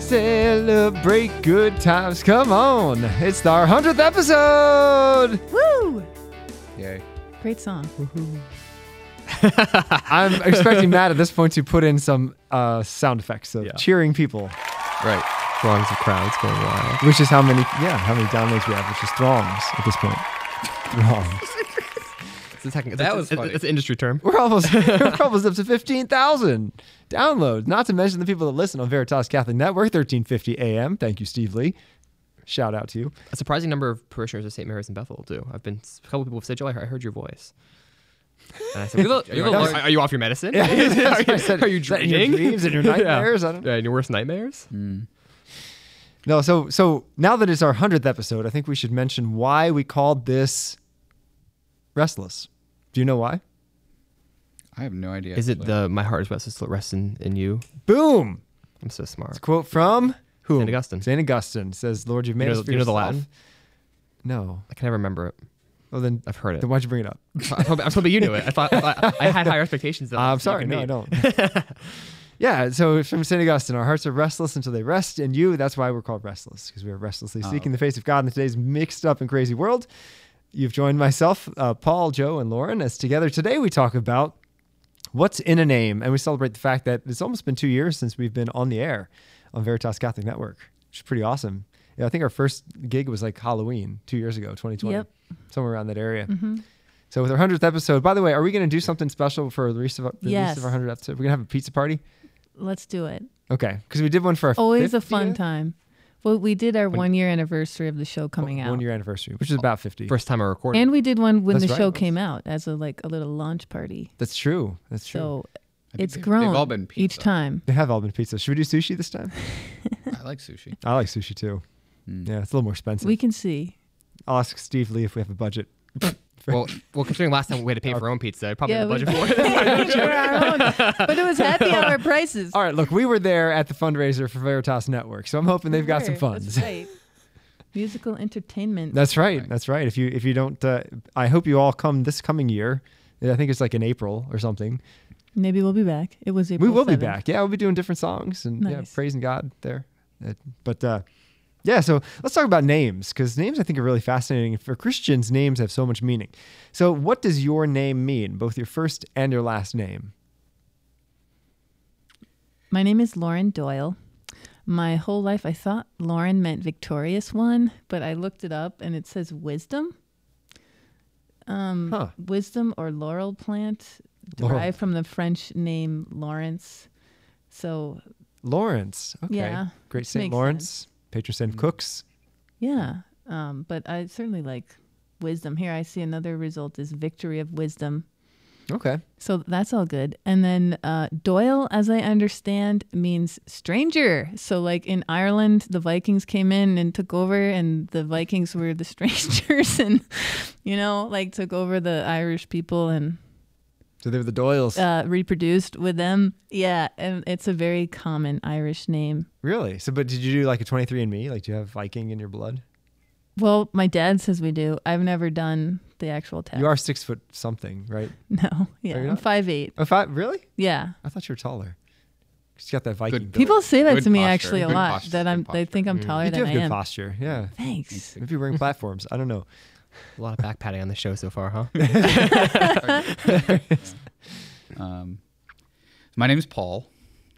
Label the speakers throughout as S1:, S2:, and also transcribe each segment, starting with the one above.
S1: Celebrate good times. Come on. It's our 100th episode.
S2: Woo!
S1: Yay.
S2: Great song.
S1: I'm expecting Matt at this point to put in some uh, sound effects of
S3: Yeah.
S1: cheering people,
S3: Right. Throngs of crowds going wild.
S1: which is how many, yeah, how many downloads we have, which is throngs at this point. Throngs.
S3: It's a technical. it's
S4: That
S3: a-
S4: was
S3: it's,
S4: funny.
S3: it's an industry term.
S1: We're almost we're almost up to fifteen thousand downloads. Not to mention the people that listen on Veritas Catholic Network, thirteen fifty AM. Thank you, Steve Lee. Shout out to you.
S4: A surprising number of parishioners of St. Mary's in Bethel too. I've been a couple people have said, "Joe, I heard I heard your voice." And I said, "We have a-
S3: Are
S4: we
S3: you,
S4: have a
S3: are,
S4: large-
S3: you off your medicine?
S1: That's
S3: are,
S1: what I
S3: you,
S1: said.
S3: are you
S1: Is that in your
S3: dreaming?
S1: dreams and your nightmares? I don't
S3: Yeah, and your worst nightmares?
S4: Mm.
S1: No, so so now that it's our hundredth episode, I think we should mention why we called this Restless. Do you know why?
S5: I have no idea.
S4: Is it
S5: actually.
S4: the my heart is restless, resting in you?
S1: Boom.
S4: I'm so smart.
S1: It's a quote from who?
S4: Saint Augustine.
S1: Saint Augustine says, "Lord, you've made
S4: You know-
S1: us for
S4: you know the
S1: yourself."
S4: Latin?
S1: No.
S4: I can never remember it.
S1: Well, then
S4: I've heard it.
S1: then why'd you bring it up?
S4: I was hoping- I was hoping you knew it. I thought I, thought- I had higher expectations. Than
S1: I'm
S4: you
S1: sorry,
S4: could
S1: no, I
S4: meet.
S1: don't. yeah, so it's from St. Augustine, our hearts are restless until they rest in you. That's why we're called restless, because we are restlessly seeking the face of God in today's mixed up and crazy world. You've joined myself, uh, Paul, Joe, and Lauren, as together today we talk about what's in a name, and we celebrate the fact that it's almost been two years since we've been on the air on Veritas Catholic Network, which is pretty awesome. Yeah, I think our first gig was like Halloween two years ago, 2020,
S2: Yep.
S1: somewhere around that area. So with our hundredth episode, by the way, are we going to do something special for the release of our, the release
S2: Yes.
S1: of our hundredth episode? We're going to have a pizza party.
S2: Let's do it.
S1: Okay, because we did one for our
S2: Always a fun
S1: 50th?
S2: time. Well, we did our one year anniversary of the show coming out.
S1: one year anniversary, which is about fifty.
S4: First time I recorded.
S2: And we did one when
S1: That's
S2: the
S1: right.
S2: show came out as a like a little launch party.
S1: That's true. That's true.
S2: So
S5: I think
S2: it's
S5: they've- they've
S2: grown
S5: all been
S2: each
S5: pizza.
S2: time.
S1: they have all been pizza. Should we do sushi this time?
S5: I like sushi.
S1: I like sushi too. Yeah, it's a little more expensive.
S2: We can see.
S1: I'll ask Steve Lee if we have a budget.
S4: well, well, considering last time we had to pay for our own pizza, I probably
S2: Yeah,
S4: had a budget
S2: we-
S4: for it.
S2: We were our own, but it was happy hour prices.
S1: All right, look, we were there at the fundraiser for Veritas Network, so I'm hoping they've got some
S2: Sure, that's
S1: funds.
S2: right. Musical entertainment.
S1: That's right. That's right. If you if you don't, uh, I hope you all come this coming year. I think it's like in April or something.
S2: Maybe we'll be back. It was April
S1: we will be
S2: 7th.
S1: back. Yeah, we'll be doing different songs and yeah,
S2: Nice.
S1: praising God there. Uh, But uh, yeah, so let's talk about names because names I think are really fascinating. For Christians, names have so much meaning. So, what does your name mean, both your first and your last name?
S2: My name is Lauren Doyle. My whole life I thought Lauren meant victorious one, but I looked it up and it says wisdom. Um,
S1: Huh.
S2: Wisdom or laurel plant
S1: Laurel.
S2: derived from the French name Lawrence. So,
S1: Lawrence. Okay.
S2: Yeah,
S1: Great
S2: which
S1: Saint
S2: makes
S1: Lawrence, patron saint of cooks.
S2: yeah. Um, but I certainly like wisdom. Here I see another result is victory of wisdom.
S1: Okay.
S2: So that's all good. And then uh, Doyle, as I understand, means stranger. So, like in Ireland, the Vikings came in and took over, and the Vikings were the strangers and, you know, like took over the Irish people and
S1: So they were the Doyles.
S2: uh, reproduced with them. Yeah. And it's a very common Irish name.
S1: really? So, but did you do like a 23andMe? Like, do you have Viking in your blood?
S2: Well, my dad says we do. I've never done the actual test.
S1: You are six foot something, right?
S2: No. Yeah.
S1: Are you
S2: I'm
S1: not?
S2: 5'8.
S1: If I really,
S2: Yeah.
S1: I thought you were taller. She's got that Viking. build.
S2: People say that
S5: Good
S2: to me
S5: posture.
S2: actually a
S5: Good
S2: lot
S5: posture.
S2: that
S5: Good
S2: I'm, they
S5: posture.
S2: think I'm taller
S1: Mm-hmm. you do
S2: than
S1: have
S2: I
S1: good
S2: am.
S1: posture. Yeah.
S2: Thanks.
S1: Maybe you're wearing platforms. I don't know.
S4: A lot of back patting on the show so far, huh?
S5: Um, my name's Paul.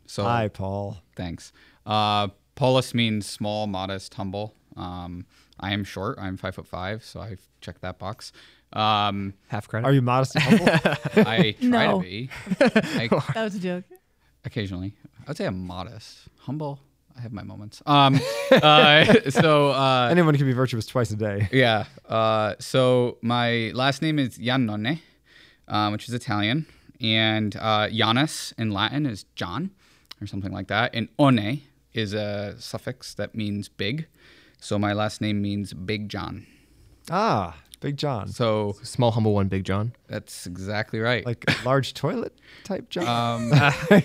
S5: So
S1: Hi, Paul.
S5: thanks. Uh, Paulus means small, modest, humble. Um, I am short. I'm five foot five, so I've checked that box. Um,
S4: Half credit.
S1: Are you modest and humble?
S5: I try
S2: No.
S5: to be. I,
S2: That was a joke.
S5: occasionally. I would say I'm modest, humble. I have my moments. Um, uh, so uh,
S1: Anyone can be virtuous twice a day.
S5: Yeah. Uh, so my last name is Iannone, um, which is Italian, and uh, Janus in Latin is John, or something like that. And one is a suffix that means big. So my last name means Big John.
S1: Ah, Big John.
S5: So
S4: Small, humble one, Big John.
S5: that's exactly right.
S1: Like a large toilet type John.
S5: um,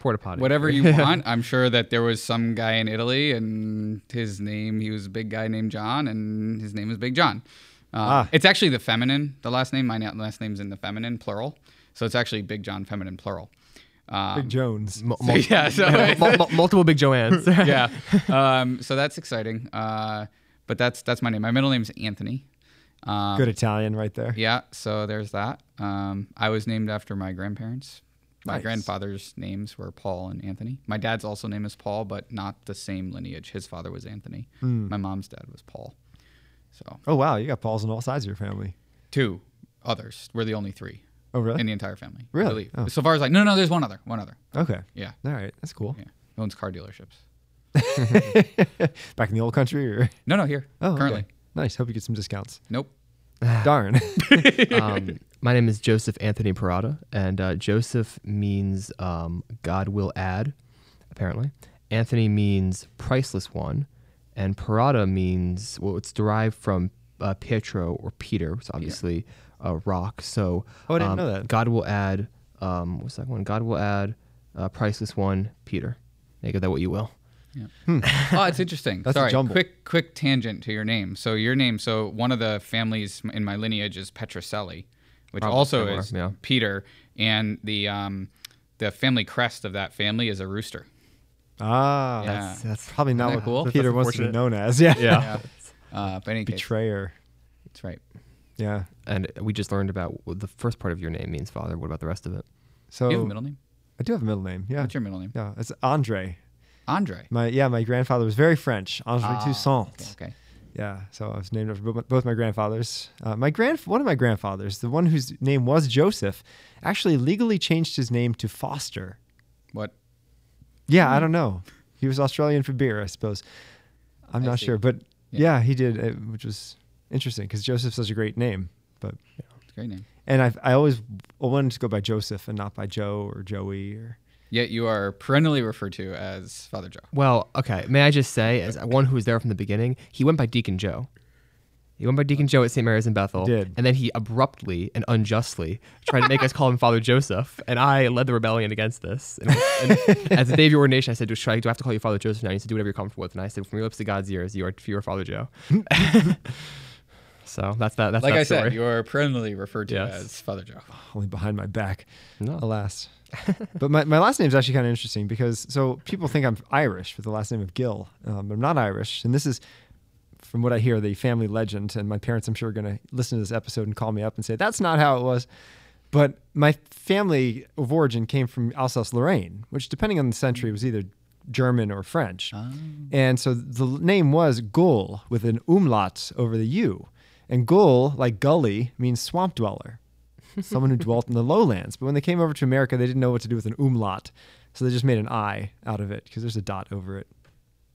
S4: Porta potty.
S5: whatever you want. I'm sure that there was some guy in Italy, and his name he was a big guy named John, and his name was Big John. Uh,
S1: Ah.
S5: It's actually the feminine, the last name. My na- last name's in the feminine plural, so it's actually Big John feminine plural. Um,
S1: Big Jones.
S3: Mul-
S5: so,
S3: mul-
S5: yeah, so
S3: mul- mul- multiple Big Joannes.
S5: yeah. Um, so that's exciting. Uh, but that's that's my name. My middle name's Anthony. Um,
S1: Good Italian right there.
S5: Yeah. So there's that. Um, I was named after my grandparents. My
S1: Nice.
S5: grandfather's names were Paul and Anthony. My dad's also name is Paul, but not the same lineage. His father was Anthony.
S1: Hmm.
S5: My mom's dad was Paul. So
S1: Oh wow, you got Pauls on all sides of your family.
S5: two others. We're the only three
S1: Oh really?
S5: in the entire family. I
S1: Really?
S5: believe.
S1: Oh.
S5: So far as like, no, no, there's one other. One other.
S1: okay.
S5: Yeah.
S1: All right, that's cool.
S5: Yeah. Who owns car dealerships?
S1: Back in the old country, or
S5: No, no, here.
S1: oh, okay.
S5: currently.
S1: nice. Hope you get some discounts.
S5: Nope.
S1: Darn.
S3: um, my name is Joseph Anthony Parada, and uh, Joseph means um, God will add, apparently. Anthony means priceless one, and Parada means well, it's derived from uh, Pietro or Peter. It's obviously a rock. So
S1: Oh, I didn't
S3: um,
S1: know that.
S3: God will add. Um, what's that one? God will add uh, priceless one, Peter. Make of that what you will.
S5: Yeah. oh, it's interesting.
S1: That's a
S5: Sorry,
S1: jumble.
S5: quick quick tangent to your name. So your name. So one of the families in my lineage is Petrocelli, which
S3: Probably
S5: also
S3: similar,
S5: is
S3: yeah.
S5: Peter, and the um, the family crest of that family is a rooster.
S1: ah,
S5: Yeah.
S1: that's
S3: That's, that's
S1: probably not
S5: that
S1: what
S5: cool?
S1: Peter
S3: That's
S1: wants to be
S3: unfortunate.
S1: known as. Yeah.
S3: yeah.
S5: Yeah. Uh, but in any case,
S1: Betrayer.
S5: that's right.
S1: Yeah.
S3: And we just learned about what the first part of your name means father. What about the rest of it?
S1: So
S5: Do you have a middle name?
S1: I do have a middle name. Yeah.
S5: What's your middle name?
S1: Yeah, it's Andre.
S5: Andre.
S1: My yeah, my grandfather was very French. Andre
S5: Ah,
S1: Toussaint.
S5: Okay.
S1: Yeah, so I was named after both my, both my grandfathers. Uh, my grand, one of my grandfathers, the one whose name was Joseph, actually legally changed his name to Foster.
S5: What?
S1: Yeah,
S5: Hmm.
S1: I don't know. He was Australian for beer, I suppose. I'm
S5: I
S1: not
S5: see.
S1: sure, but yeah.
S5: Yeah.
S1: he did, uh, which was interesting because Joseph's such a great name. But
S5: It's a great name.
S1: and I I always wanted to go by Joseph and not by Joe or Joey or
S5: Yet you are perennially referred to as Father Joe.
S3: Well, okay. May I just say, as one who was there from the beginning, he went by Deacon Joe. He went by Deacon Joe at St. Mary's in Bethel.
S1: did.
S3: And then he abruptly and unjustly tried to make us call him Father Joseph. And I led the rebellion against this. And, and as the day of your ordination, I said, "Do I do I have to call you Father Joseph now? You said, do whatever you're comfortable with. And I said, from your lips to God's ears, you are, you are Father Joe. so that's that. That's
S5: Like
S3: that
S5: I
S3: story.
S5: said, you are perennially referred to
S3: Yes.
S5: as Father Joe.
S1: only behind my back.
S3: No.
S1: Alas. but my, my last name is actually kind of interesting because so people think I'm Irish with the last name of Gill. Um, but I'm not Irish. And this is, from what I hear, the family legend. And my parents, I'm sure, are going to listen to this episode and call me up and say, that's not how it was. But my family of origin came from Alsace Lorraine, which, depending on the century, was either German or French. And so the name was Gull with an umlaut over the U. And Gull, like gully, means swamp dweller someone who dwelt in the lowlands. But when they came over to America, they didn't know what to do with an umlaut. So they just made an I out of it because there's a dot over it.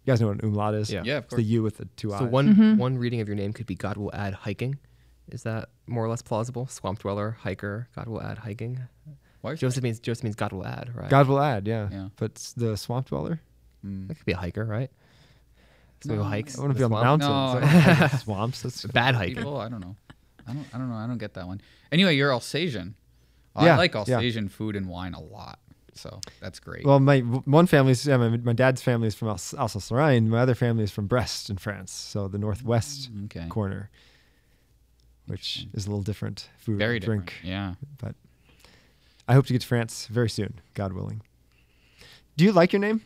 S1: You guys know what an umlaut is?
S3: Yeah.
S5: Yeah, of
S1: It's the
S5: course.
S1: U with the two
S3: So
S1: eyes.
S3: one one reading of your name could be God will add hiking. Is that more or less plausible? Swamp dweller, hiker, God will add hiking.
S5: Why are you-
S3: Joseph means Joseph means God will add, right?
S1: God will add, yeah.
S5: Yeah.
S1: But s- the swamp dweller?
S3: That could be a hiker, right? Someone who hikes.
S1: I want to
S3: the
S1: be on
S3: swamp.
S1: mountains.
S5: No,
S1: I don't wanna be in swamps. That's
S3: Bad hiker.
S5: people. I don't know. I don't. I don't know. I don't get that one. Anyway, you're Alsatian. Well,
S1: Yeah,
S5: I like
S1: yeah.
S5: Alsatian food and wine a lot, so that's great.
S1: Well, my w- one family's yeah, my, my dad's family is from Alsace Alsace Lorraine. My other family is from Brest in France, so the northwest
S5: Mm, okay.
S1: corner, which is a little different food,
S5: Very different.
S1: drink.
S5: Yeah.
S1: But I hope to get to France very soon, God willing. Do you like your name?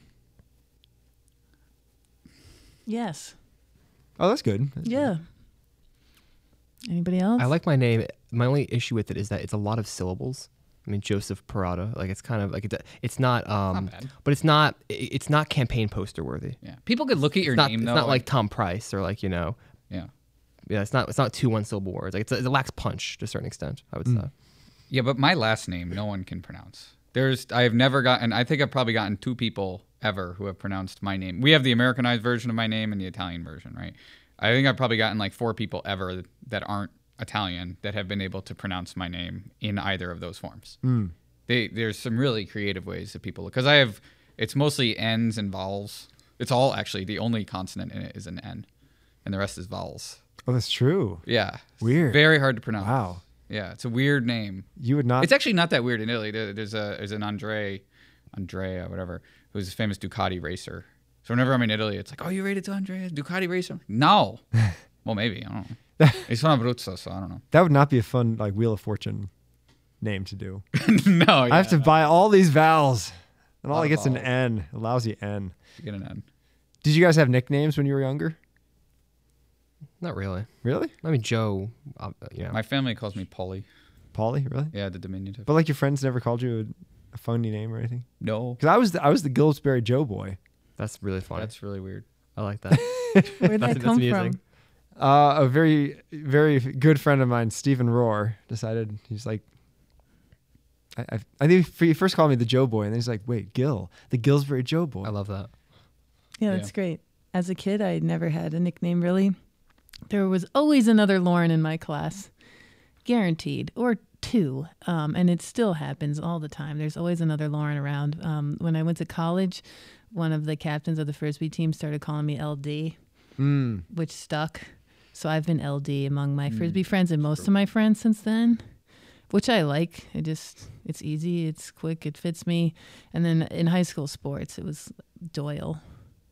S2: Yes.
S1: Oh, that's good. That's
S2: Yeah. Anybody else?
S3: I like my name. My only issue with it is that it's a lot lot of syllables. I mean Joseph Parada. Like it's kind of like it's, it's not um
S5: bad.
S3: but it's not i- it's not campaign poster worthy.
S5: Yeah. People could look at your
S3: It's not,
S5: name
S3: it's
S5: though.
S3: not like Tom Price or like, you know,
S5: yeah.
S3: yeah, it's not it's not two one syllable words. Like it's, it lacks punch to a certain extent, I would say.
S5: Yeah, but my last name no one can pronounce. There's I have never gotten I think I've probably gotten two people ever who have pronounced my name. We have the Americanized version of my name and the Italian version, right? I think I've probably gotten like four people ever that aren't Italian that have been able to pronounce my name in either of those forms.
S1: Hmm.
S5: They there's some really creative ways that people because I have it's mostly N's and vowels. It's all actually the only consonant in it is an N, and the rest is vowels.
S1: Oh, that's true.
S5: Yeah, It's
S1: Weird.
S5: Very hard to pronounce.
S1: Wow.
S5: Yeah, it's a weird name.
S1: You would not.
S5: It's actually not that weird in Italy. There- There's a there's an Andre, Andrea, whatever, who's a famous Ducati racer. So whenever I'm in Italy, it's like, oh, you rated to Andrea Ducati racer? No. well, maybe I don't know. It's from Abruzzo, so I don't know.
S1: that would not be a fun like Wheel of Fortune name to do.
S5: no,
S1: I have to buy all these vowels, and all
S5: Lot
S1: I
S5: of
S1: get's an
S5: vowels.
S1: N, a lousy N.
S5: get an N.
S1: Did you guys have nicknames when you were younger?
S3: Not really.
S1: Really,
S3: I mean, Joe, uh, you know.
S5: My family calls me Polly.
S1: Polly? Really?
S5: Yeah, the diminutive.
S1: But like your friends never called you a, a phony name or anything.
S5: No,
S1: Because I was the, I was the Gillsbury Joe boy.
S3: that's really funny.
S5: that's really weird.
S3: I like that.
S2: Where'd
S3: That's-
S2: that
S3: that's
S2: come
S3: amusing.
S2: from?
S1: Uh, a very very good friend of mine, Stephen Rohr, decided he's like. I, I, I think he first called me the Joe boy, and then he's like, "Wait, Gil, the Gillsbury Joe boy."
S3: I love that.
S2: Yeah,
S5: Yeah.
S2: that's great. As a kid, I never had a nickname really. There was always another Lauren in my class, guaranteed, or two. Um, and it still happens all the time. There's always another Lauren around. Um, when I went to college, one of the captains of the Frisbee team started calling me LD,
S1: Mm,
S2: which stuck. So I've been LD among my Frisbee friends and most of my friends since then, which I like. It just, it's easy, it's quick, it fits me. And then in high school sports, it was Doyle,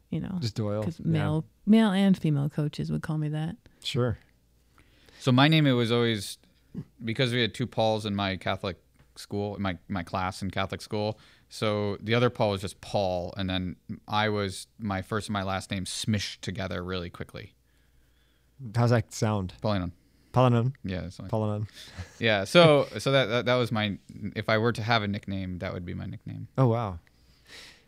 S2: you know.
S1: Just Doyle.
S2: Because
S1: Yeah.
S2: male, male and female coaches would call me that.
S1: Sure.
S5: So my name it was always because we had two Pauls in my Catholic school, my my class in Catholic school. So the other Paul was just Paul, and then I was my first and my last name smished together really quickly.
S1: How's that sound?
S5: Paulinon.
S1: Polynon.
S5: Yeah, that's what I-
S1: Polynon.
S5: yeah. So so that, that that was my if I were to have a nickname, that would be my nickname.
S1: Oh wow.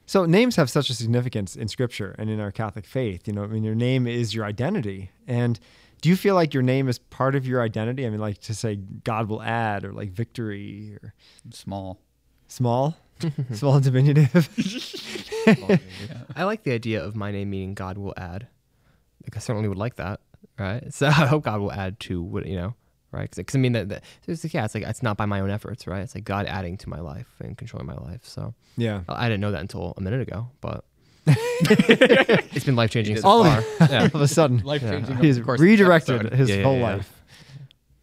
S1: So names have such a significance in scripture and in our Catholic faith. You know, I mean your name is your identity. And do you feel like your name is part of your identity? I mean like to say God will add or like victory or
S5: Small.
S1: small, small diminutive.
S3: I like the idea of my name meaning God will add. Like I certainly would like that, right? So I hope God will add to what you know, right? Because I mean that, that so it's like, yeah, it's like it's not by my own efforts, right? It's like God adding to my life and controlling my life. So
S1: yeah.
S3: I didn't know that until a minute ago, but it's been life changing. So
S1: All
S3: far.
S1: of, all of a sudden,
S5: Life changing.
S1: he's redirected his
S3: Yeah, yeah,
S1: whole
S3: yeah.
S1: life.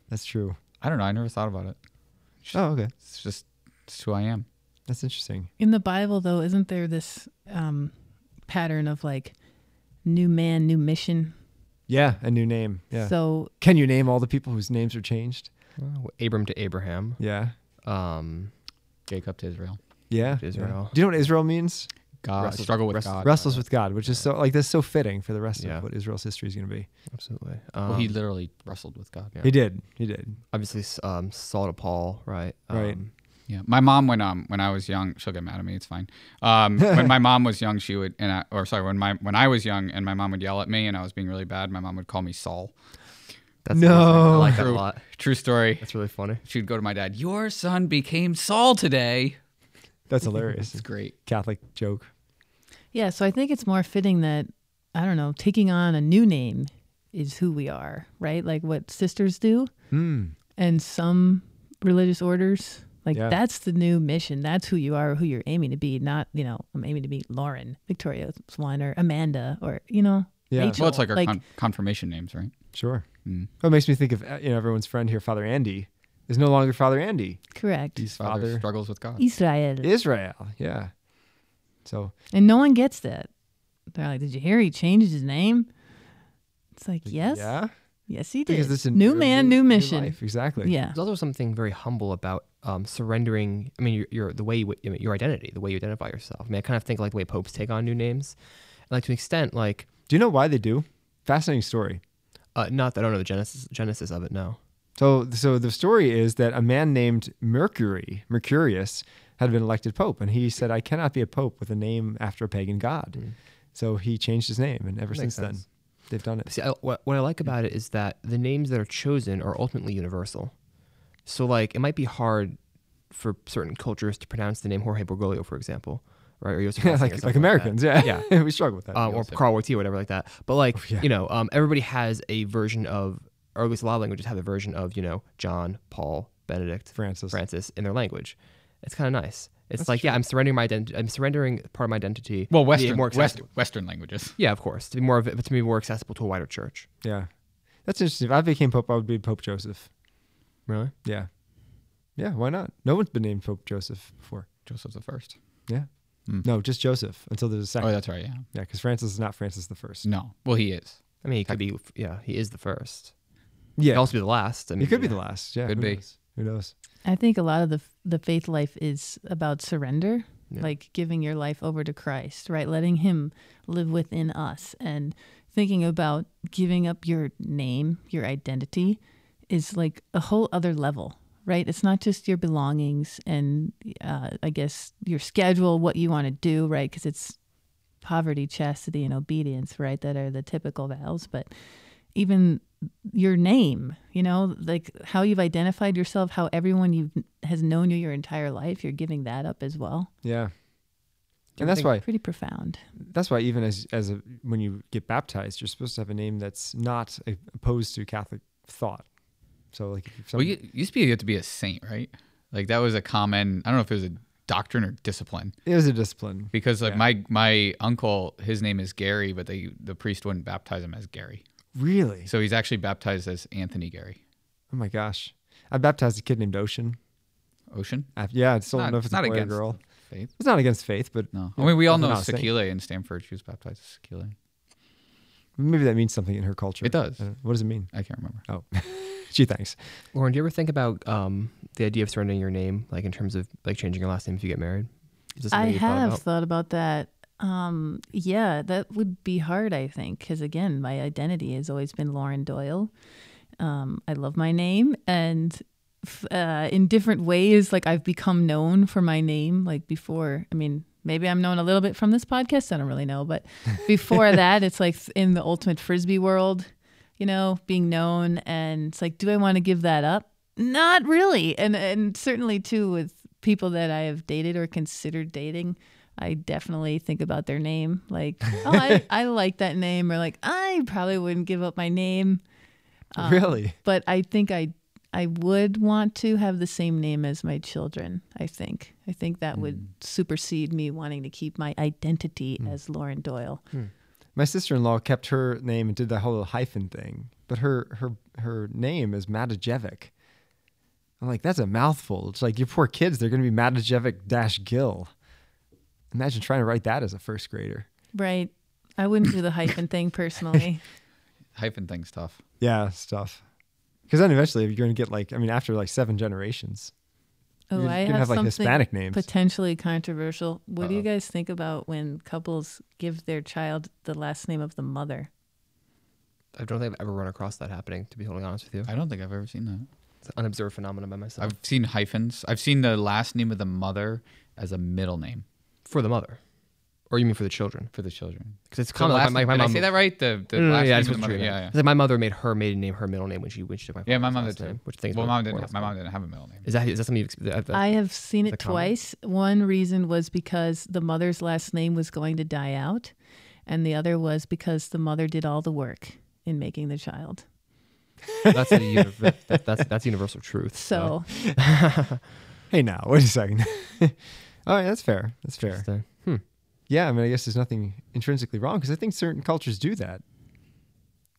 S1: That's true.
S5: I don't know. I never thought about it.
S1: Oh, okay.
S5: It's just it's who I am.
S1: That's interesting.
S2: In the Bible, though, isn't there this um, pattern of like new man, new mission?
S1: Yeah, a new name. Yeah.
S2: So
S1: Can you name all the people whose names are changed?
S3: Well, Abram to Abraham,
S1: Yeah.
S3: um,
S5: Jacob to Israel.
S1: Yeah. yeah.
S3: Israel.
S1: Do you know what Israel means?
S5: God.
S3: Wrestle-
S5: struggle with
S3: wrestle-
S5: God.
S1: wrestles with God, which is so like that's so fitting for the rest
S3: Yeah.
S1: of what Israel's history is going to be.
S3: absolutely. Um,
S5: Well, he literally wrestled with God.
S1: He did. He did.
S3: obviously um, Saul to Paul, right?
S1: Right.
S3: Um,
S5: Yeah, my mom when um when I was young, she'll get mad at me. It's fine. Um, when my mom was young, she would and I, or sorry, when my when I was young and my mom would yell at me and I was being really bad, my mom would call me Saul.
S3: that's
S1: No.
S3: amazing. I like that a
S5: True,
S3: lot.
S5: true story.
S3: That's really funny.
S5: She would go to my dad. Your son became Saul today.
S1: That's hilarious.
S5: It's great.
S1: Catholic joke.
S2: yeah, so I think it's more fitting that I don't know, taking on a new name is who we are, right? Like what sisters do, and some religious orders. Like
S1: Yeah.
S2: that's the new mission. That's who you are, who you're aiming to be. Not you know, I'm aiming to be Lauren, Victoria Swiner, Amanda, or you know,
S1: Yeah.
S2: Rachel.
S5: Well, it's like our con- confirmation names, right?
S1: Sure. That makes me think of uh, you know everyone's friend here, Father Andy, is no longer Father Andy.
S2: correct.
S1: He's
S5: Father,
S1: Father,
S5: struggles with God.
S2: Israel.
S1: Israel. Yeah. So
S2: And no one gets that. They're like, did you hear he changed his name? It's like, yes.
S1: Yeah.
S2: Yes, he did.
S1: Because this is a
S2: new man, new, mission.
S1: life. Exactly.
S2: yeah.
S3: There's also something very humble about um, surrendering. I mean, your, your the way you, I mean, your identity, the way you identify yourself. I mean, I kind of think like the way popes take on new names, and, like to an extent, like
S1: Do you know why they do? Fascinating story.
S3: uh, not that I don't know the genesis genesis of it. No,
S1: So, so the story is that a man named Mercury, Mercurius, had been elected pope, and he said, "I cannot be a pope with a name after a pagan god." So he changed his name, and ever since
S3: Makes
S1: then,
S3: sense.
S1: they've done it.
S3: see, I, what, what I like about it is that the names that are chosen are ultimately universal. So like, it might be hard for certain cultures to pronounce the name Jorge Bergoglio, for example, right? Or Joseph
S1: Yeah,
S3: Ratzinger or
S1: like like
S3: something that.
S1: Americans, yeah, yeah, Oh, we struggle with that.
S3: um, or Carl Ortiz or whatever like that. But like you know, um, everybody has a version of, or at least a lot of languages have a version of you know John, Paul, Benedict,
S1: Francis.
S3: Francis in their language. It's kind of nice. It's like yeah, I'm surrendering my identity. I'm surrendering part of my identity.
S5: Well,
S3: to be
S5: Western
S3: more
S5: West,
S3: accessible-
S5: Western languages.
S3: Yeah, of course, to be more of it, to be more accessible to a wider church.
S1: yeah, that's interesting. If I became pope, I would be Pope Joseph.
S3: Really?
S1: Yeah, yeah. Why not? No one's been named Pope Joseph before.
S5: Joseph the First.
S1: Yeah, no, just Joseph until there's a second.
S5: Oh,
S1: yeah,
S5: that's right. Yeah.
S1: because Francis is not Francis the first.
S5: No. Well, he is.
S3: I mean, he could be. Yeah, he is the first. He
S1: Yeah,
S3: could also be the last. I mean,
S1: he could be
S3: you
S1: the
S3: know.
S1: last. Yeah,
S5: Could
S1: who
S5: be.
S1: knows? Who knows?
S2: I think a lot of the the faith life is about surrender,
S3: Yeah.
S2: like giving your life over to Christ, right? Letting Him live within us, and thinking about giving up your name, your identity, is like a whole other level, right? It's not just your belongings and uh, I guess your schedule, what you want to do, right? Because it's poverty, chastity, and obedience, right? That are the typical vows, but even your name, you know, like how you've identified yourself, how everyone you has known you your entire life, you're giving that up as well.
S1: Yeah. And that's why
S2: Pretty profound.
S1: that's why even as as a, when you get baptized, you're supposed to have a name that's not a, opposed to Catholic thought. So like, if some,
S5: Well, you used to be you had to be a saint, right? Like that was a common. I don't know if it was a doctrine or discipline
S1: it was a discipline.
S5: because like
S1: Yeah.
S5: my my uncle, his name is Gary, but they the priest wouldn't baptize him as Gary,
S1: Really?
S5: so he's actually baptized as Anthony Gary.
S1: Oh my gosh! I baptized a kid named Ocean.
S5: Ocean.
S1: I, yeah, I still
S5: Not-
S1: don't know if it's
S5: not
S1: a boy or
S5: against
S1: girl.
S5: Faith.
S1: It's not against faith, but
S5: No,
S1: Yeah,
S5: I mean we all
S1: that's
S5: know
S1: what I was thinking.
S5: Sekile in Stanford. She was baptized as Sekile.
S1: maybe that means something in her culture.
S5: It does.
S1: I don't- What does it mean?
S5: I can't remember.
S1: Oh, gee, thanks.
S3: Lauren, do you ever think about um, the idea of surrendering your name, like in terms of like changing your last name if you get married? Is this
S2: I
S3: something you've thought
S2: have
S3: about?
S2: thought about that. Um, yeah, that would be hard, I think, because again, my identity has always been Lauren Doyle. Um, I love my name, and f- uh, in different ways, like I've become known for my name. Like before, I mean, maybe I'm known a little bit from this podcast. I don't really know, but before that, it's like in the ultimate frisbee world, you know, being known, and it's like, do I want to give that up? Not really, and and certainly too with people that I have dated or considered dating. I definitely think about their name. Like, oh, I, I like that name, or like, I probably wouldn't give up my name
S1: really?
S2: but I think I I would want to have the same name as my children. I think I think that would
S1: Mm.
S2: supersede me wanting to keep my identity as Lauren Doyle.
S1: Mm. My sister-in-law kept her name and did that whole hyphen thing, but her her her name is Matajevic. I'm like, that's a mouthful. It's like your poor kids; they're going to be Matajevic dash Gill. Imagine trying to write that as a first grader.
S2: Right. I wouldn't do the hyphen thing personally.
S5: Hyphen thing's tough.
S1: Yeah, stuff. Because then eventually you're going to get like, I mean, after like seven generations,
S2: Oh,
S1: You're
S2: I
S1: gonna
S2: have,
S1: have, like,
S2: something
S1: Hispanic names.
S2: potentially controversial. What do you guys think about when couples give their child the last name of the mother?
S3: I don't think I've ever run across that happening, to be totally honest with you.
S5: I don't think I've ever seen that.
S3: It's an unobserved phenomenon by myself.
S5: I've seen hyphens. I've seen the last name of the mother as a middle name
S3: for the mother. Or you mean for the children?
S5: for the children.
S3: Because it's
S5: The
S3: common. like,
S5: last-
S3: my, my, my
S5: did
S3: mom,
S5: I say that right? The, the
S3: No, no, no,
S5: last
S3: yeah,
S5: name
S3: that's
S5: of the
S3: what
S5: mother.
S3: you meant.
S5: Yeah,
S3: It's
S5: yeah.
S3: like my mother made her maiden name her middle name when she when she took my
S5: Yeah, my
S3: father's
S5: mom
S3: last
S5: did too.
S3: name, which I think is
S5: well,
S3: really
S5: mom didn't. Have,
S3: important.
S5: my mom didn't have a middle name.
S3: Is that is that something you've, that, that,
S2: I have seen it
S3: Is that common?
S2: twice. One reason was because the mother's last name was going to die out, and the other was because the mother did all the work in making the child.
S3: that's a univ- that- that- that's that's universal truth.
S2: So,
S1: hey, now wait a second. All right, that's fair. That's fair.
S3: Just, uh, hmm.
S1: Yeah, I mean, I guess there's nothing intrinsically wrong because I think certain cultures do that.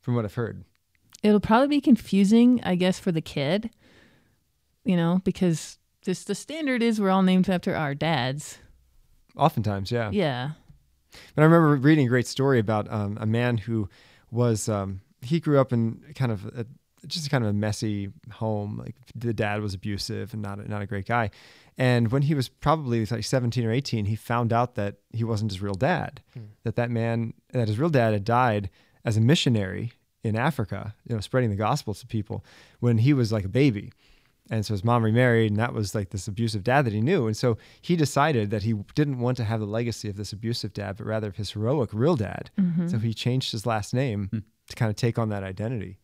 S1: From what I've heard,
S2: it'll probably be confusing, I guess, for the kid, you know, because this the standard is we're all named after our dads.
S1: oftentimes, yeah.
S2: Yeah.
S1: But I remember reading a great story about um, a man who was um, he grew up in kind of a, just kind of a messy home. Like the dad was abusive and not a, not a great guy. And when he was probably like 17 or 18, he found out that he wasn't his real dad. That that man that his real dad had died as a missionary in Africa, you know, spreading the gospel to people when he was like a baby. And so his mom remarried, and that was like this abusive dad that he knew. And so he decided that he didn't want to have the legacy of this abusive dad, but rather of his heroic real dad. So he changed his last name
S5: Hmm.
S1: to kind of take on that identity,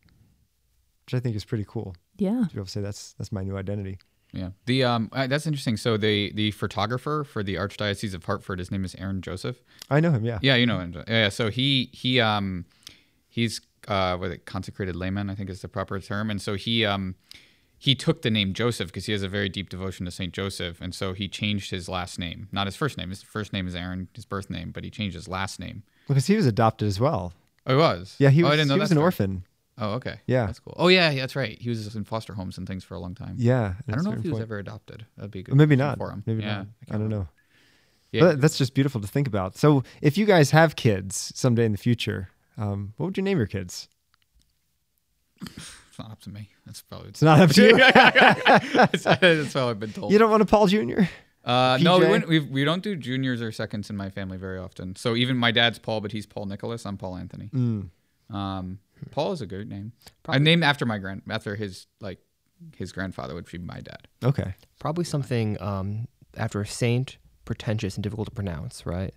S1: which I think is pretty cool.
S2: Yeah.
S1: To be able to say that's that's my new identity.
S5: Yeah. The um uh, that's interesting. So the the photographer for the Archdiocese of Hartford, his name is Aaron Joseph.
S1: I know him, yeah.
S5: Yeah, you know him. Yeah. So he he um he's uh what is it consecrated layman I think is the proper term, and so he um he took the name Joseph because he has a very deep devotion to Saint Joseph, and so he changed his last name, not his first name. His first name is Aaron, his birth name, but he changed his last name.
S1: Because he was adopted as well.
S5: Oh, he was.
S1: Yeah, he
S5: Oh,
S1: was,
S5: I didn't know
S1: he was
S5: that
S1: an
S5: story.
S1: orphan.
S5: Oh, okay.
S1: Yeah.
S5: that's cool. Oh, yeah, yeah, that's right. He was in foster homes and things for a long time.
S1: Yeah.
S5: I
S1: at a
S5: don't know if
S1: certain
S5: he was
S1: point.
S5: ever adopted. That'd be a good.
S1: Or Maybe
S5: question
S1: not.
S5: for him.
S1: Maybe
S5: yeah,
S1: not.
S5: can't
S1: I don't
S5: remember.
S1: know.
S5: Yeah.
S1: But that's just beautiful to think about. So if you guys have kids someday in the future, um, what would you name your kids?
S5: It's not up to me. That's probably
S1: It's not up to you.
S5: that's, that's what I've been told.
S1: You don't want a Paul Jr.
S5: uh, no, we,
S1: PJ?
S5: wouldn't, we've, we don't do juniors or seconds in my family very often. So even my dad's Paul, but he's Paul Nicholas. I'm Paul Anthony.
S1: Mm.
S5: Um, Paul is a good name. I named after my grand after his like his grandfather, which would be my dad.
S1: Okay.
S3: Probably something um, after a saint, pretentious and difficult to pronounce, right?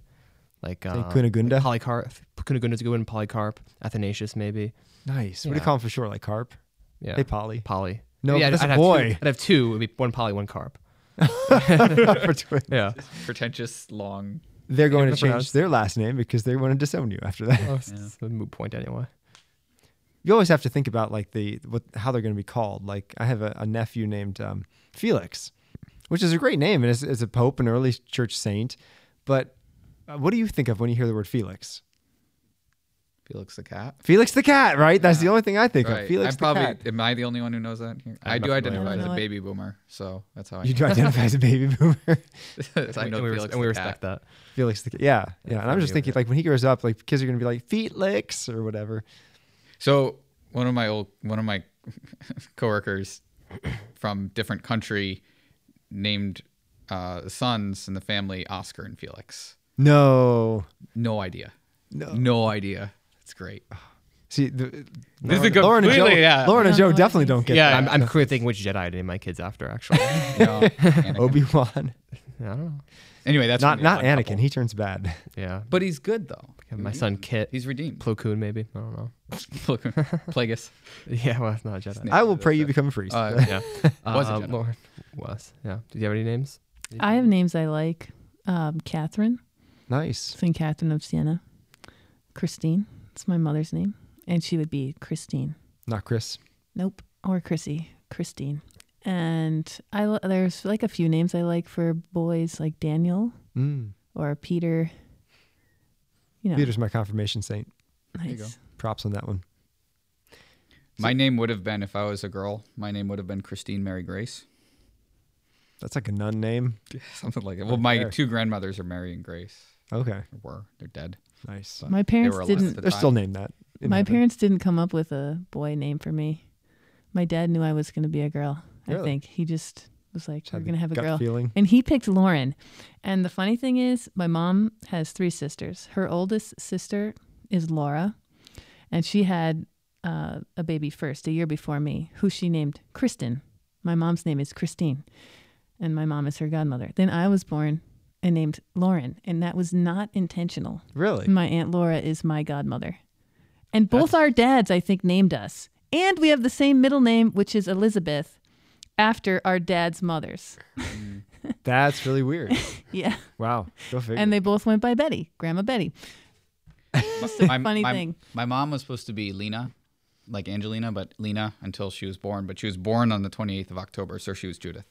S3: Like uh,
S1: Cunegunda?
S3: Like Polycarp. Cunegunda's a good one. Polycarp. Athanasius, maybe.
S1: Nice. What do you
S3: Yeah.
S1: call him for short? Like carp?
S3: Yeah.
S1: Hey, Polly.
S3: Poly.
S1: No,
S3: Maybe
S1: that's a
S3: have
S1: boy.
S3: Two, I'd have two. It'd be one poly, one carp.
S1: For Twitter.
S3: Yeah.
S5: Pretentious, long.
S1: They're going to
S3: that's
S1: change
S3: pronounced.
S1: their last name because they want to disown you after that.
S3: Oh, it's- it's a moot point anyway.
S1: You always have to think about like the what how they're going to be called. Like I have a, a nephew named um, Felix, which is a great name and is, is a pope, an early church saint. But uh, what do you think of when you hear the word Felix?
S5: Felix the cat.
S1: Felix the cat, right? That's the only thing I think
S5: Right.
S1: of. Felix
S5: I'm probably.
S1: the cat.
S5: Am I the only one who knows that here? i
S3: I'm
S5: do
S3: not
S5: identify
S2: familiar
S5: as
S2: with
S5: a
S2: it.
S5: baby boomer, so that's how I.
S1: You do identify as a baby boomer.
S5: so I
S3: And
S5: know
S3: we,
S5: Felix
S3: and we
S5: the
S3: respect that.
S5: cat.
S1: Felix the cat. Yeah, yeah. And I'm just
S3: familiar with
S1: thinking like when he grows up, like kids are going to be like Felix or whatever.
S5: So one of my old one of my coworkers from different country named uh, sons in the family Oscar and Felix.
S1: No.
S5: No idea.
S1: No.
S5: No idea. It's great.
S1: See, the,
S5: This
S1: Lauren,
S5: is a
S1: Lauren and Joe,
S5: completely- yeah.
S1: Lauren and
S2: No,
S1: Joe
S2: no, I
S1: definitely
S2: think-
S1: don't get
S5: Yeah.
S1: that.
S3: I'm, I'm clearly thinking which Jedi to name my kids after, actually. I
S5: No, Anakin.
S1: Obi Wan,
S3: don't know.
S5: Anyway, that's
S1: not
S5: what-
S1: not
S5: a
S1: Anakin.
S5: couple.
S1: He turns bad.
S3: Yeah.
S5: but he's good though.
S3: Yeah, my son Kit.
S5: He's redeemed.
S3: Plo Koon, maybe. I don't know.
S5: Plagueis.
S3: Yeah, well, that's not a Jedi.
S5: Yeah,
S1: I will
S5: that's
S1: pray you
S5: it.
S1: become a priest.
S5: Uh,
S3: Yeah.
S5: Was a
S3: Uh,
S5: Jedi.
S3: Lauren was. Yeah. Do you have any names?
S2: I have names I like. Um, Catherine,
S1: nice.
S2: St. Catherine of Siena. Christine, it's my mother's name. And she would be Christine.
S1: Not Chris.
S2: Nope. Or Chrissy. Christine. And I lo- there's like a few names I like for boys, like Daniel
S1: Mm.
S2: or Peter. You know,
S1: Peter's my confirmation saint.
S2: nice.
S5: you go.
S1: Props on that one.
S5: my name would have been if I was a girl. My name would have been Christine Mary Grace.
S1: That's like a nun name.
S5: Something like that. Well, my
S1: Fair.
S5: two grandmothers are Mary and Grace.
S1: Okay.
S5: Or were. They're dead.
S1: Nice.
S2: My parents
S5: alive
S2: didn't.
S5: at the
S1: They're
S5: time.
S1: still named that. in
S2: My
S1: heaven.
S2: parents didn't come up with a boy name for me. My dad knew I was going to be a girl. I
S1: Really?
S2: think he just was like,
S1: Just
S2: "We're
S1: had the
S2: going to have a
S1: gut
S2: girl,"
S1: feeling.
S2: and he picked Lauren. And the funny thing is, my mom has three sisters. Her oldest sister is Laura, and she had uh, a baby first, a year before me, who she named Kristen. My mom's name is Christine, and my mom is her godmother. Then I was born and named Lauren, and that was not intentional.
S1: Really?
S2: My Aunt Laura is my godmother. And both our dads, I think, named us. And we have the same middle name, which is Elizabeth, after our dad's mothers.
S1: That's really weird.
S2: Yeah.
S1: Wow. Go figure.
S2: And they both went by Betty, Grandma Betty.
S5: my,
S2: funny
S5: my-
S2: thing.
S5: My mom was supposed to be Lena, like Angelina, but Lena until she was born. But she was born on the 28th of October, so she was Judith,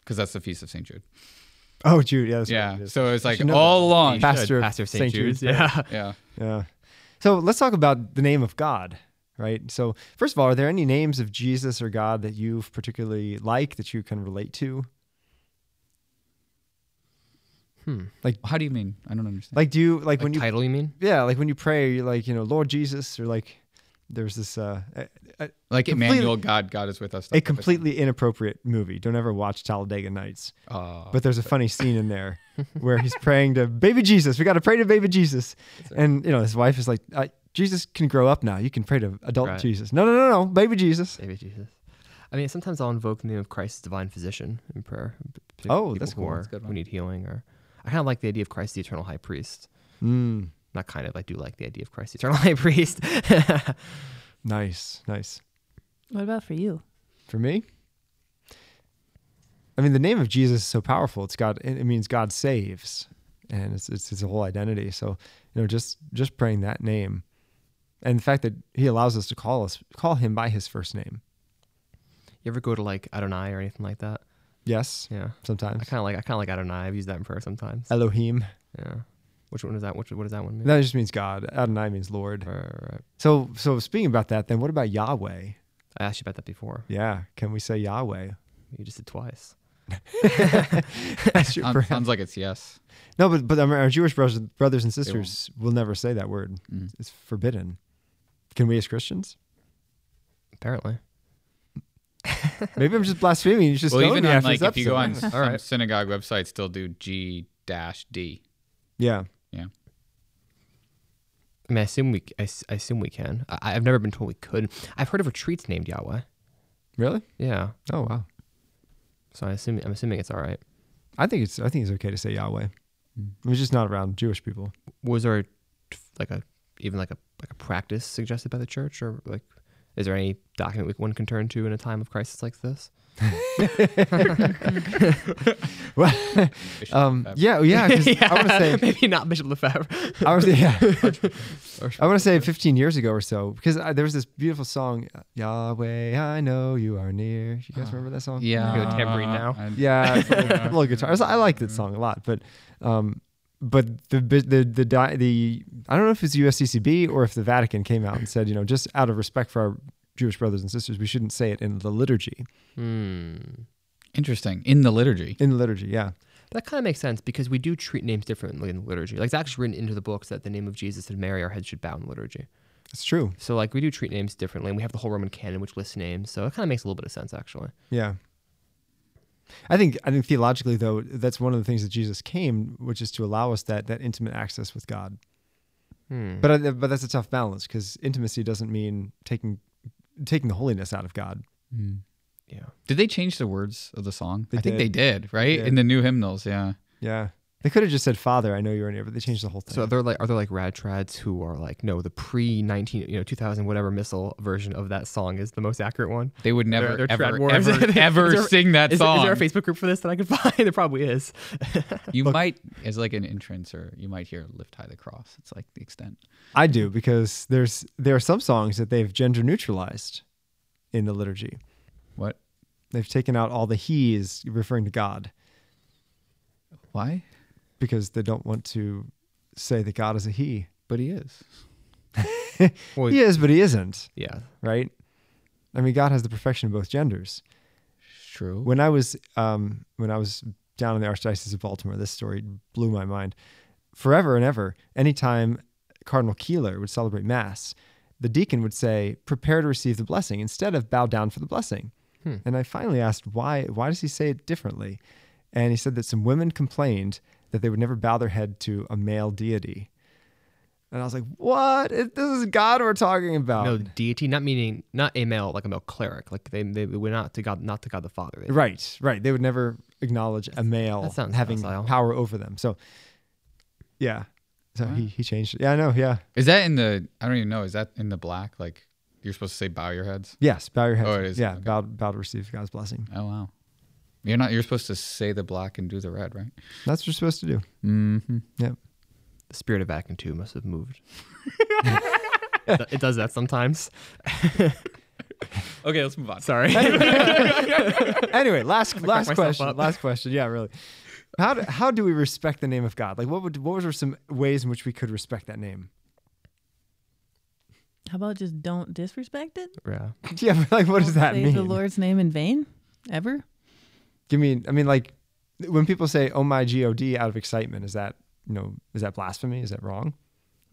S5: because that's the feast of St. Jude.
S1: oh, Jude. Yeah. That's what
S5: yeah.
S1: it is.
S5: So it's like
S1: should know
S5: all
S1: that.
S5: along.
S1: Yeah. Pastor of
S3: Pastor of
S1: St.
S3: St. Jude's.
S1: Jude's,
S3: Yeah.
S5: Yeah.
S1: Yeah. So let's talk about the name of God, right? So first of all, are there any names of Jesus or God that you particularly like that you can relate to?
S5: How do you mean? I don't understand.
S1: Like, do you like,
S3: Like
S1: when you
S3: title, you mean?
S1: yeah, like when you pray, you're like you know, Lord Jesus, or like there's this uh, a, a,
S5: Like,
S1: completely-
S5: Emmanuel, God, God is with us.
S1: a completely inappropriate movie. Don't ever watch Talladega Nights.
S5: Uh,
S1: But there's a funny scene in there where he's praying to baby Jesus. We got to pray to baby Jesus. And, you know, his wife is like, uh, Jesus can grow up now. You can pray to adult
S3: Right.
S1: Jesus. No, no, no, no. Baby Jesus.
S3: Maybe Jesus. I mean, sometimes I'll invoke the name of Christ, as divine physician, in prayer. p- p-
S1: Oh,
S3: people
S1: that's
S3: who
S1: cool.
S3: Are,
S1: That's
S3: who need healing, or I kind of like the idea of Christ, the eternal high priest.
S1: Mm,
S3: Not kind of. I do like the idea of Christ, the eternal high priest.
S1: nice. Nice.
S2: What about for you?
S1: For me, I mean, the name of Jesus is so powerful. It's God, it it means God saves. And it's, it's his whole identity. So, you know, just just praying that name and the fact that he allows us to call us call him by his first name.
S3: you ever go to like Adonai or anything like that?
S1: Yes.
S3: Yeah. I
S1: Sometimes.
S3: kind of like. I kind of like Adonai. I've used that in prayer sometimes.
S1: Elohim.
S3: Yeah. Which one is that? Which what does that one mean?
S1: That just means God. Adonai means Lord.
S3: Right, right, right.
S1: So, so speaking about that, then what about Yahweh?
S3: I asked you about that before.
S1: Yeah, can we say Yahweh?
S3: You just did twice.
S1: That's your
S5: sounds,
S1: brand.
S5: sounds like it's yes.
S1: no, but but our our Jewish brothers, brothers and sisters will never say
S5: Mm.
S1: that word. It's forbidden. Can we as Christians?
S3: Apparently.
S1: Maybe I'm just blaspheming. You just
S5: Well,
S1: stoned
S5: even
S1: me
S5: on,
S1: after
S5: like
S1: this
S5: if you go on
S1: episode.
S5: some synagogue websites, they'll do G dash D.
S1: yeah,
S5: Yeah.
S3: I mean, I assume we, I, s- I assume we can. I, I've never been told we could. I've heard of retreats named Yahweh.
S1: really?
S3: Yeah,
S1: Oh wow.
S3: so I assume I'm assuming it's all right.
S1: I think it's I think it's okay to say Yahweh.
S5: Mm.
S1: It was just not around Jewish people.
S3: Was there like a even like a like a practice suggested by the church, or like is there any document we, one can turn to in a time of crisis like this?
S5: Bishop
S1: Um,
S5: Lefebvre.
S1: yeah, yeah. 'cause I want to say
S3: maybe not Bishop Lefebvre.
S1: I was yeah. I want to say 15 years ago or so because I, there was this beautiful song Yahweh, I know you are near. You guys remember that song?
S3: Go tambourine now.
S5: I-
S1: Yeah, it's a little, a little guitar. I like that song a lot, but um, but the bi- the the di- the I don't know if it's USCCB or if the Vatican came out and said, you know, just out of respect for our Jewish brothers and sisters, we shouldn't say it in the liturgy.
S3: Hmm.
S5: Interesting. In the liturgy.
S1: In the liturgy, yeah.
S3: That kind of makes sense because we do treat names differently in the liturgy. Like it's actually written into the books that the name of Jesus and Mary, our head, should bow in the liturgy.
S1: It's true.
S3: So like we do treat names differently, and we have the whole Roman canon which lists names. So it kind of makes a little bit of sense actually.
S1: Yeah. I think I think theologically though that's one of the things that Jesus came, which is to allow us that that intimate access with God.
S3: Hmm.
S1: But I- but that's a tough balance because intimacy doesn't mean taking taking the holiness out of God.
S5: Hmm.
S3: Yeah.
S5: Did they change the words of the song?
S1: They
S5: I think
S1: did.
S5: they did, right?
S1: Yeah.
S5: In the new hymnals, yeah.
S1: Yeah, they could have just said Father. I know you're near, but they changed the whole thing.
S3: So are there like are there like rad trads who are like no the pre nineteen you know two thousand whatever missile version of that song is the most accurate one.
S5: They would never,
S3: They're- they're trad
S5: ever,
S3: warriors. Is
S5: ever,
S3: there-
S5: ever
S3: is there-
S5: sing that
S3: is there-
S5: song.
S3: Is there a Facebook group for this that I could find? there probably is.
S5: you might, as like an entrance, or you might hear "Lift High the Cross." It's like the extent.
S1: I do because there's there are some songs that they've gender neutralized in the liturgy.
S5: What?
S1: They've taken out all the he's referring to God
S5: Why?
S1: because they don't want to say that God is a he.
S5: But he is.
S3: Well,
S1: He is, but he isn't.
S3: yeah.
S1: right? I mean, God has the perfection of both genders.
S5: True.
S1: When I was um, when I was down in the Archdiocese of Baltimore, this story blew my mind. Forever and ever, anytime Cardinal Keeler would celebrate Mass, the deacon would say, "Prepare to receive the blessing," instead of "Bow down for the blessing." And I finally asked, "Why? Why does he say it differently?" And he said that some women complained that they would never bow their head to a male deity. And I was like, "What? This is God we're talking about."
S3: No deity, not meaning not a male like a male cleric. Like they they were not to God, not to God the Father. They-
S1: Right, right. They would never acknowledge a male
S3: that sounds
S1: having
S3: hostile.
S1: power over them. So, yeah. So he, he changed it. Yeah, I know. Yeah.
S5: Is that in the? I don't even know. Is that in the black? Like you're supposed to say bow your heads.
S1: Yes. Bow your head.
S5: Oh, it is,
S1: Yeah.
S5: okay.
S1: Bow, bow to receive God's blessing.
S5: Oh wow. You're not. You're supposed to say the black and do the red, right?
S1: That's what you're supposed to do.
S5: Mm-hmm.
S1: Yep.
S3: The spirit of Vatican II must have moved. it does that sometimes.
S5: Okay, let's move on.
S3: Sorry.
S1: Anyway, last last
S3: myself
S1: question.
S3: up.
S1: Last question. Yeah, really. How do, how do we respect the name of God? Like, what would what were some ways in which we could respect that name?
S2: How about just don't disrespect it?
S3: yeah.
S1: Yeah, but like, what does
S2: Don't
S1: that
S2: say
S1: mean?
S2: The Lord's name in vain, ever?
S1: Give me. I mean, like, when people say "Oh my God" out of excitement, is that you know is that blasphemy? Is that wrong?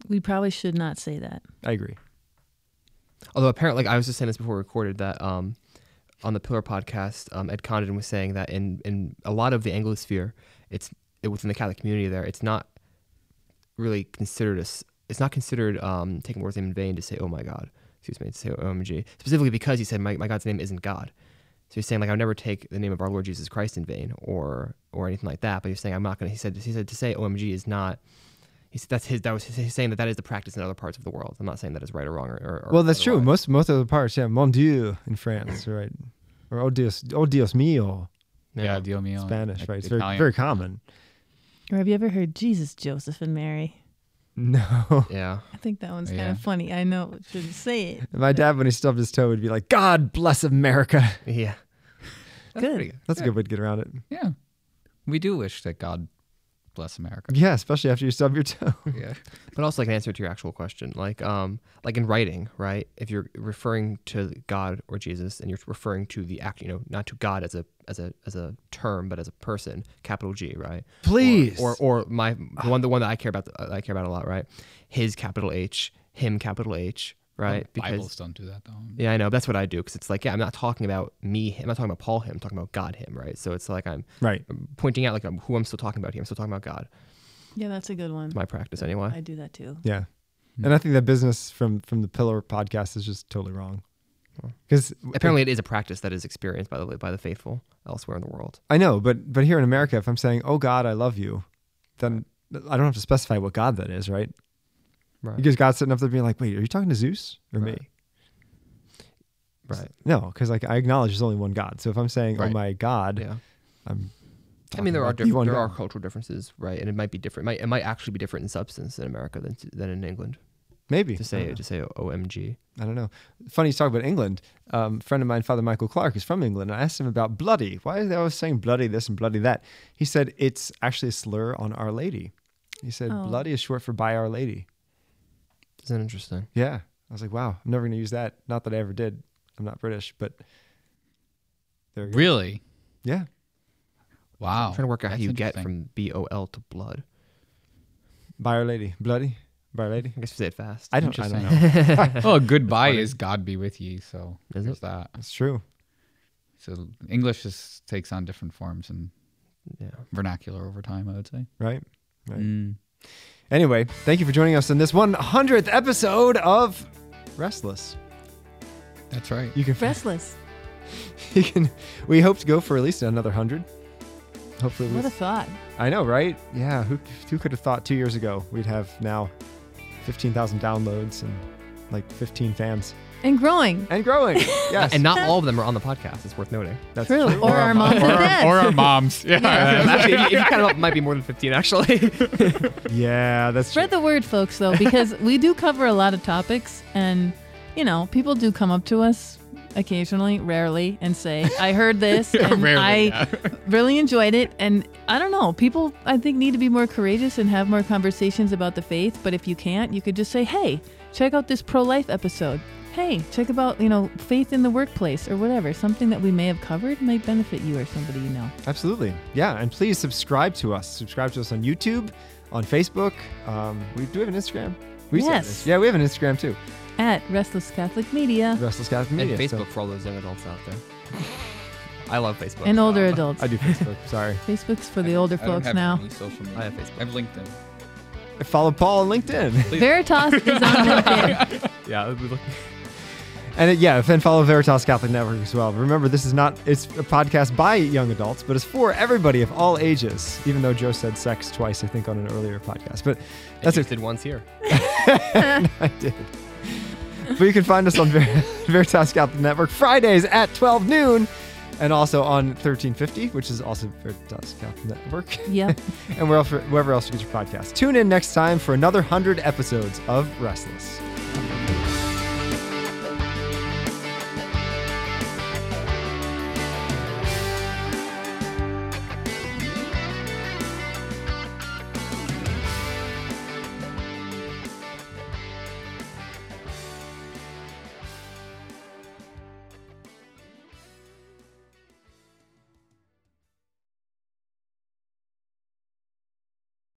S2: We probably should not say that.
S1: I agree.
S3: Although apparently, like, I was just saying this before we recorded that um, on the Pillar podcast, um, Ed Condon was saying that in in a lot of the Anglosphere, it's it, within the Catholic community there, it's not really considered as it's not considered um, taking the Lord's name in vain to say oh my God, excuse me, to say oh, OMG, specifically because he said my, my God's name isn't God. So he's saying like I would never take the name of our Lord Jesus Christ in vain or or anything like that. But he's saying I'm not gonna. He said he said to say OMG is not. He said that's his. That was his, he's saying that that is the practice in other parts of the world. I'm not saying that is right or wrong or. or
S1: Well, that's true.
S3: otherwise.
S1: Most most of the parts, yeah. Mon Dieu in France, right? Or Oh Dios, Oh Dios mío,
S5: Yeah, deal me on
S1: Spanish,
S5: like,
S1: right? It's very
S5: Italian.
S1: very common.
S2: Or have you ever heard Jesus, Joseph, and Mary?
S1: No,
S3: Yeah.
S2: I think that one's kind
S5: Yeah.
S2: of funny. I know it shouldn't say it.
S1: my dad when he stubbed his toe would be like, "God bless America."
S3: Yeah.
S5: That's pretty good.
S1: That's a good way to get around it.
S5: Yeah. We do wish that God bless America.
S1: Yeah, especially after you stub your toe.
S5: Yeah.
S3: But also like an answer to your actual question. Like um like in writing, right? If you're referring to God or Jesus and you're referring to the act, you know, not to God as a as a as a term, but as a person, capital G, right?
S1: Please.
S3: Or or, or uh, my the one the one that I care about that I care about a lot, right? His capital H, him capital H, right?
S5: Bibles don't do that though.
S3: Yeah, I know. That's what I do because it's like, yeah, I'm not talking about me. him. I'm not talking about Paul. Him. I'm talking about God. Him. Right. So it's like I'm
S1: Right.
S3: pointing out like I'm- who I'm still talking about here. I'm still talking about God.
S2: Yeah, that's a good one.
S3: It's my practice
S2: I
S3: anyway.
S2: do that too.
S1: Yeah.
S3: Hmm.
S1: And I think that business from from the Pillar podcast is just totally wrong. Because
S3: Apparently, it is a practice that is experienced by the by the faithful elsewhere in the world.
S1: I know, but but here in America, if I'm saying, "Oh God, I love you," then I don't have to specify what God that is, right?
S3: Right.
S1: Because God's sitting up there being like, "Wait, are you talking to Zeus or
S3: Right.
S1: me?"
S3: Right.
S1: No, because like I acknowledge there's only one God. So if I'm saying, "Oh
S3: Right.
S1: my God,"
S3: Yeah.
S1: I'm.
S3: I
S1: talking
S3: mean, there are
S1: about the
S3: different,
S1: one
S3: there are
S1: God.
S3: cultural differences, right? And it might be different. It might, it might actually be different in substance in America than than in England.
S1: maybe
S3: To
S1: I
S3: say
S1: don't
S3: to say OMG.
S1: I don't know. Funny you talk about England. Um, a friend of mine, Father Michael Clark, is from England. And I asked him about bloody. Why are they always saying bloody this and bloody that? He said it's actually a slur on Our Lady. He said
S2: Oh.
S1: bloody is short for by Our Lady.
S3: Isn't that interesting?
S1: Yeah. I was like, wow, I'm never going to use that. Not that I ever did. I'm not British, but there we go.
S5: Really?
S1: Yeah. Oh,
S5: Wow.
S3: I'm trying to work out how
S5: That's
S3: you get
S5: interesting.
S3: from B O L to blood.
S1: By Our Lady. Bloody. By Our Lady.
S3: I guess we say it fast.
S1: I don't, I don't know.
S5: Interesting. well, goodbye is God be with ye. So
S3: Is it?
S5: there's that.
S1: It's true.
S5: So English just takes on different forms and
S3: Yeah.
S5: vernacular over time, I would say.
S1: Right. Right.
S5: Mm.
S1: Anyway, thank you for joining us on this 100th episode of Restless.
S5: That's right.
S1: You can
S2: Restless.
S1: you can we hope to go for at least another hundred hopefully we,
S2: What a thought.
S1: i know right yeah who, who could have thought two years ago we'd have now 15000 downloads and like 15 fans
S2: And growing.
S1: and growing yes
S3: And not all of them are on the podcast. It's worth noting.
S1: that's
S2: True. Or our moms and
S5: or, our,
S2: dads.
S5: or our moms. Yeah.
S3: Um, actually, if you, if you count 'em up, it might be more than 15, actually.
S1: yeah that's true
S2: Spread the word, folks, though, because we do cover a lot of topics, and you know, people do come up to us occasionally, rarely, and say, "I heard this, and
S5: Rarely,
S2: I
S5: yeah.
S2: really enjoyed it." And I don't know, people, I think, need to be more courageous and have more conversations about the faith. But if you can't, you could just say, "Hey, check out this pro-life episode." Hey, check about you know faith in the workplace or whatever. Something that we may have covered may benefit you or somebody you know.
S1: absolutely yeah and please subscribe to us subscribe to us on youtube on facebook um, we do have an instagram we said
S2: Yes.
S1: this. yeah we have an instagram too
S2: At Restless Catholic Media
S1: restless catholic
S3: and
S1: media so-
S3: Facebook for all those young adults out there. I love Facebook.
S2: and older
S3: Um,
S2: adults.
S1: i do facebook sorry
S2: Facebook's for the older
S5: I don't
S2: folks
S5: have
S2: now.
S5: any social media.
S3: I have Facebook.
S5: I have LinkedIn.
S1: follow paul on linkedin
S2: Veritas is on LinkedIn.
S3: Yeah. we look-
S1: And it, yeah, and follow Veritas Catholic Network as well. Remember, this is not, it's a podcast by young adults, but it's for everybody of all ages, even though Joe said sex twice, I think, on an earlier podcast. But that's it.
S3: I just did once here.
S1: I did. But you can find us on Ver- Veritas Catholic Network Fridays at 12 noon and also on 1350, which is also Veritas Catholic Network,
S2: Yep.
S1: and wherever, wherever else you get your podcast. Tune in next time for another 100 episodes of Restless.